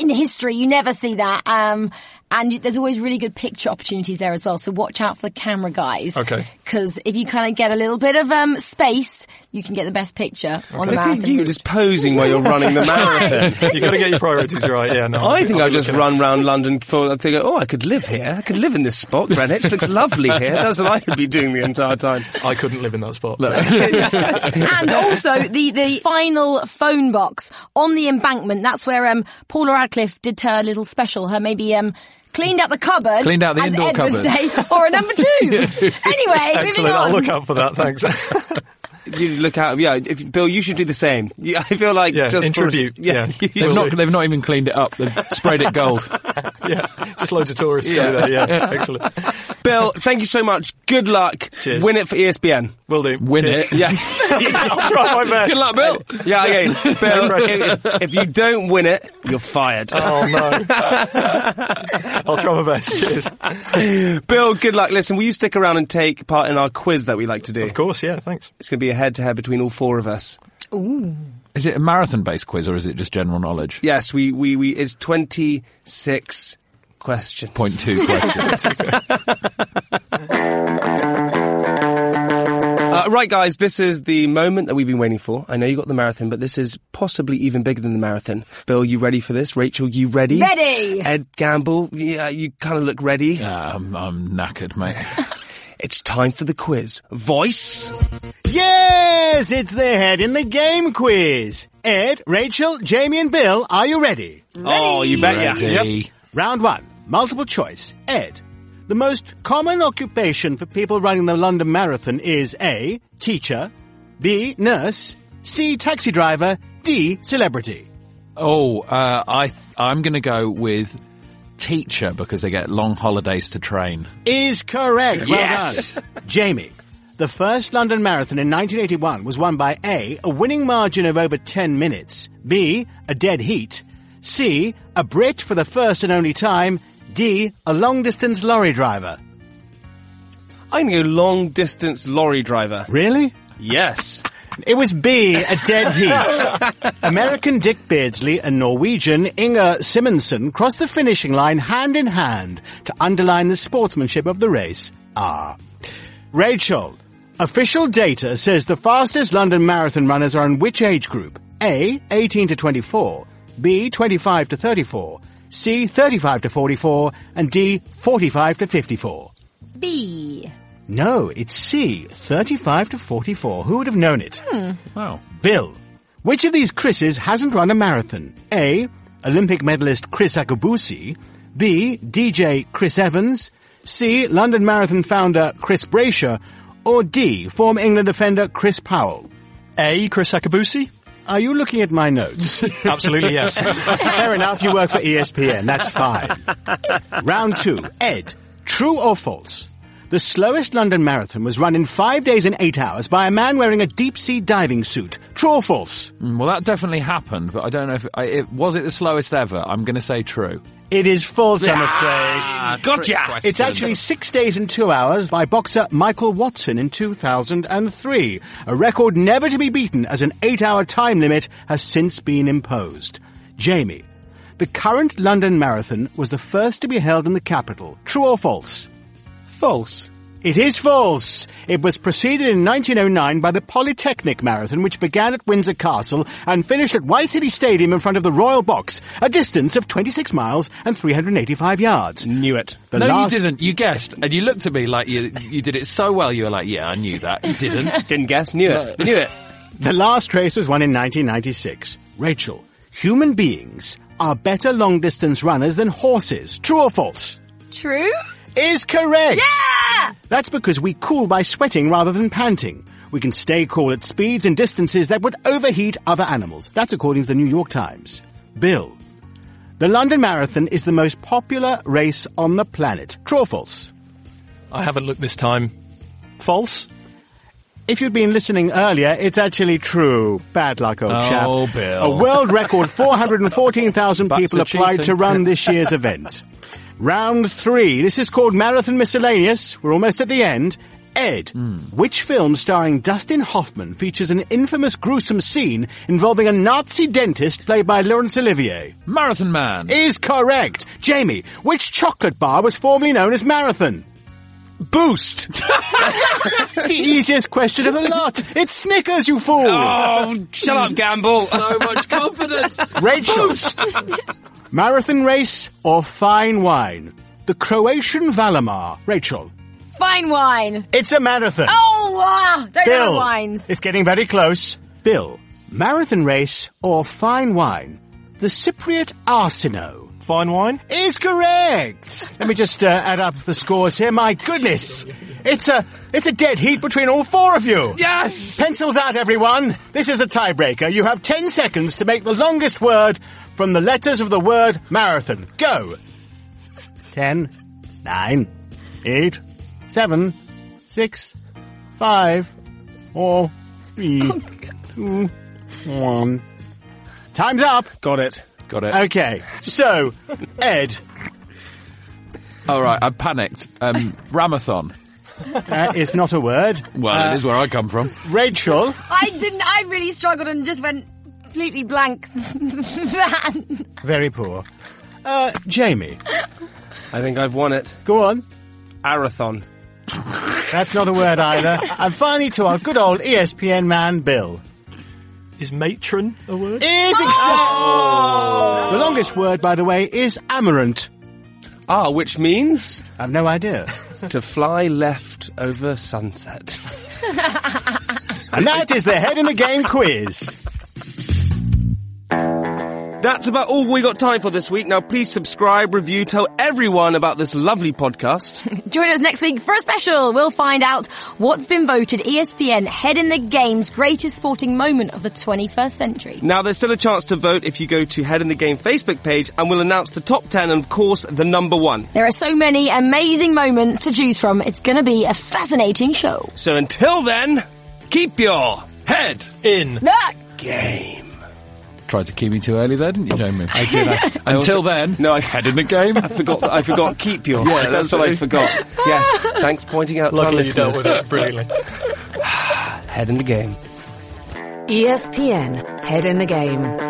C: In history, you never see that. Um, and there's always really good picture opportunities there as well. So watch out for the camera guys.
I: Okay.
C: Because if you kind of get a little bit of um, space, you can get the best picture on the
B: Look
C: marathon.
B: at you just posing while you're running the marathon.
I: you got to get your priorities right. Yeah, no.
B: I think I'll just run round London for I think oh I could live here. I could live in this spot. Greenwich looks lovely here. That's what I could be doing the entire time.
I: I couldn't live in that spot.
C: and also the, the final phone box on the embankment. That's where um, Paula Radcliffe did her little special. Her maybe um, cleaned out the cupboard,
F: Cleaned out the
C: as
F: indoor
C: Ed would
F: cupboard.
C: say, or a
F: [laughs]
C: number two. anyway, moving
I: [laughs] Excellent.
C: on.
I: I'll look out
B: [laughs]
I: for that. Thanks. [laughs]
B: You look out. Yeah, if, Bill, you should do the same. You, I feel like
I: Yeah,
B: just
I: in
B: for-
I: tribute, yeah.
B: [laughs] you
F: they've
B: should.
F: not they've not even cleaned it up. They've sprayed it gold.
I: yeah, just loads of tourists go there. Yeah, excellent.
B: Bill, thank you so much. Good luck.
I: Cheers.
B: Win it for E ESPN.
I: Will do.
F: Win
I: Cheers.
F: it.
B: Yeah,
I: [laughs] I'll try my best.
F: [laughs] Good luck, Bill.
B: yeah, okay. Bill, if, if you don't win it, you're fired.
I: Oh no. [laughs] I'll try my best. Cheers.
B: Bill, good luck. Listen, will you stick around and take part in our quiz that we like to do?
I: Of course. Yeah. Thanks.
B: It's going to be a head-to-head between all four of us.
F: Is it a marathon-based quiz or is it just general knowledge?
B: Yes, we we, we it's twenty six questions.
F: Point [laughs] two questions.
B: Uh, right, guys, this is the moment that we've been waiting for. I know you got the marathon, but this is possibly even bigger than the marathon. Bill, you ready for this? Rachel, you ready?
C: Ready.
B: Ed Gamble, yeah, you kind of look ready.
F: Ah, I'm, I'm knackered, mate.
B: It's time for the quiz. Voice.
E: Yes, it's the head in the game quiz. Ed, Rachel, Jamie and Bill, are you ready?
B: Oh, you bet yeah.
F: Ready.
E: Round one, multiple choice. Ed, the most common occupation for people running the London Marathon is A, teacher, B, nurse, C, taxi driver, D, celebrity.
F: Oh, uh, I th- I'm going to go with teacher because they get long holidays to train.
E: Is correct. Well
F: Yes.
E: done. Jamie, the first London Marathon in 1981 was won by A, a winning margin of over 10 minutes, B, a dead heat, C, a Brit for the first and only time, D, a long distance lorry driver.
B: I'm going to go long distance lorry driver.
E: Really?
B: Yes.
E: It was B, a dead heat. American Dick Beardsley and Norwegian Inga Simonsen crossed the finishing line hand in hand to underline the sportsmanship of the race. Ah. Rachel, official data says the fastest London marathon runners are in which age group? A, 18 to 24, B, 25 to 34, C, 35 to 44, and D, 45 to 54.
C: B.
E: No, it's C, 35 to 44. Who would have known it?
F: Wow.
E: Bill, which of these Chris's hasn't run a marathon? A. Olympic medalist Chris Akabusi. B. DJ Chris Evans. C. London Marathon founder Chris Brasher. Or D. Former England defender Chris Powell.
I: A. Chris Akabusi.
E: Are you looking at my notes?
I: Absolutely yes.
E: [laughs] Fair enough, you work for E ESPN, that's fine. Round two. Ed, true or false? The slowest London marathon was run in five days and eight hours by a man wearing a deep sea diving suit. True or false?
F: Mm, Well, that definitely happened, but I don't know if I, it was it the slowest ever. I'm going to say true.
E: It is false, I'm afraid.
B: Gotcha.
E: It's actually six days and two hours by boxer Michael Watson in 2003. A record never to be beaten as an eight hour time limit has since been imposed. Jamie, the current London Marathon was the first to be held in the capital. True or false?
B: False.
E: It is false. It was preceded in 1909 by the Polytechnic Marathon, which began at Windsor Castle and finished at White City Stadium in front of the Royal Box, a distance of 26 miles and 385 yards.
B: Knew it.
E: The
F: no,
E: last-
F: you didn't. You guessed, and you looked at me like you you did it so well. You were like, "Yeah, I knew that."
B: [laughs]
F: You didn't.
B: Didn't guess. Knew it. Knew it.
E: The last race was won in 1996. Rachel, human beings are better long distance runners than horses. True or false?
C: True?
E: Is correct.
C: Ah!
E: That's because we cool by sweating rather than panting. We can stay cool at speeds and distances that would overheat other animals. That's according to the New York Times. Bill, the London Marathon is the most popular race on the planet. True or false?
I: I haven't looked this time. False.
E: If you'd been listening earlier, it's actually true. Bad luck, old
F: Oh,
E: chap.
F: Bill.
E: A world
F: [laughs]
E: record 414,000
F: Back
E: people
F: to
E: applied to
F: cheating.
E: run this
F: [laughs]
E: year's event. Round three. This is called Marathon Miscellaneous. We're almost at the end. Ed,
F: Hmm.
E: which film starring Dustin Hoffman features an infamous gruesome scene involving a Nazi dentist played by Laurence Olivier?
F: Marathon Man.
E: Is correct. Jamie, which chocolate bar was formerly known as Marathon? Boost. it's the easiest question of the lot. It's Snickers, you fool.
B: [laughs] Oh, shut up, Gamble.
F: so much confidence.
E: Rachel. Marathon race or fine wine? The Croatian Valimar. Rachel.
C: Fine wine.
E: It's a marathon.
C: Oh, ah, don't know
E: Bill.
C: the wines.
E: It's getting very close. Bill. Marathon race or fine wine? The Cypriot Arsino.
I: Fine wine?
E: is correct. Let me just uh, add up the scores here. My goodness, it's a it's a dead heat between all four of you.
B: Yes!
E: Pencils out, everyone. This is a tiebreaker. You have ten seconds to make the longest word from the letters of the word marathon. Go. Ten, nine, eight, seven, six, five, four, three, two, one. Time's up.
B: [laughs] Got it.
F: [laughs] Got it.
E: Okay. So, Ed.
F: All right, I panicked. Um, Ramathon.
E: Uh, it's not a word.
F: Well, it is where I come from.
E: Rachel,
C: I didn't. I really struggled and just went completely blank. [laughs] Van.
E: very poor. Uh, Jamie,
B: I think I've won it.
E: go on.
B: Arathon.
E: That's not a word either. and finally to our good old E ESPN man, Bill.
I: Is matron a word?
E: Is exact. The longest word, by the way, is amarant.
B: Ah, which means
E: I've no idea.
B: to fly left over sunset.
E: And that is the head in the game quiz.
B: That's about all we got time for this week. Now please subscribe, review, tell everyone about this lovely [laughs] podcast.
C: Join us next week for a special. We'll find out what's been voted E ESPN Head in the Game's greatest sporting moment of the 21st century.
B: Now there's still a chance to vote if you go to Head in the Game Facebook page and we'll announce the top 10 and of course the number one.
C: There are so many amazing moments to choose from. It's going to be a fascinating show.
B: So until then, keep your
F: Head.
I: In.
C: Look!
B: game.
F: Tried to key me too early there, didn't you, Jamie? I did. [laughs] Until
B: also-
F: then,
B: No, I-
F: head in the game.
B: I [laughs] forgot. I forgot. Keep
I: [laughs]
B: your. Yeah, that's what I forgot. Yes, thanks pointing out. to our
I: Luckily you dealt
B: listeners.
I: with it brilliantly.
B: Head in the game.
H: E ESPN Head in the Game.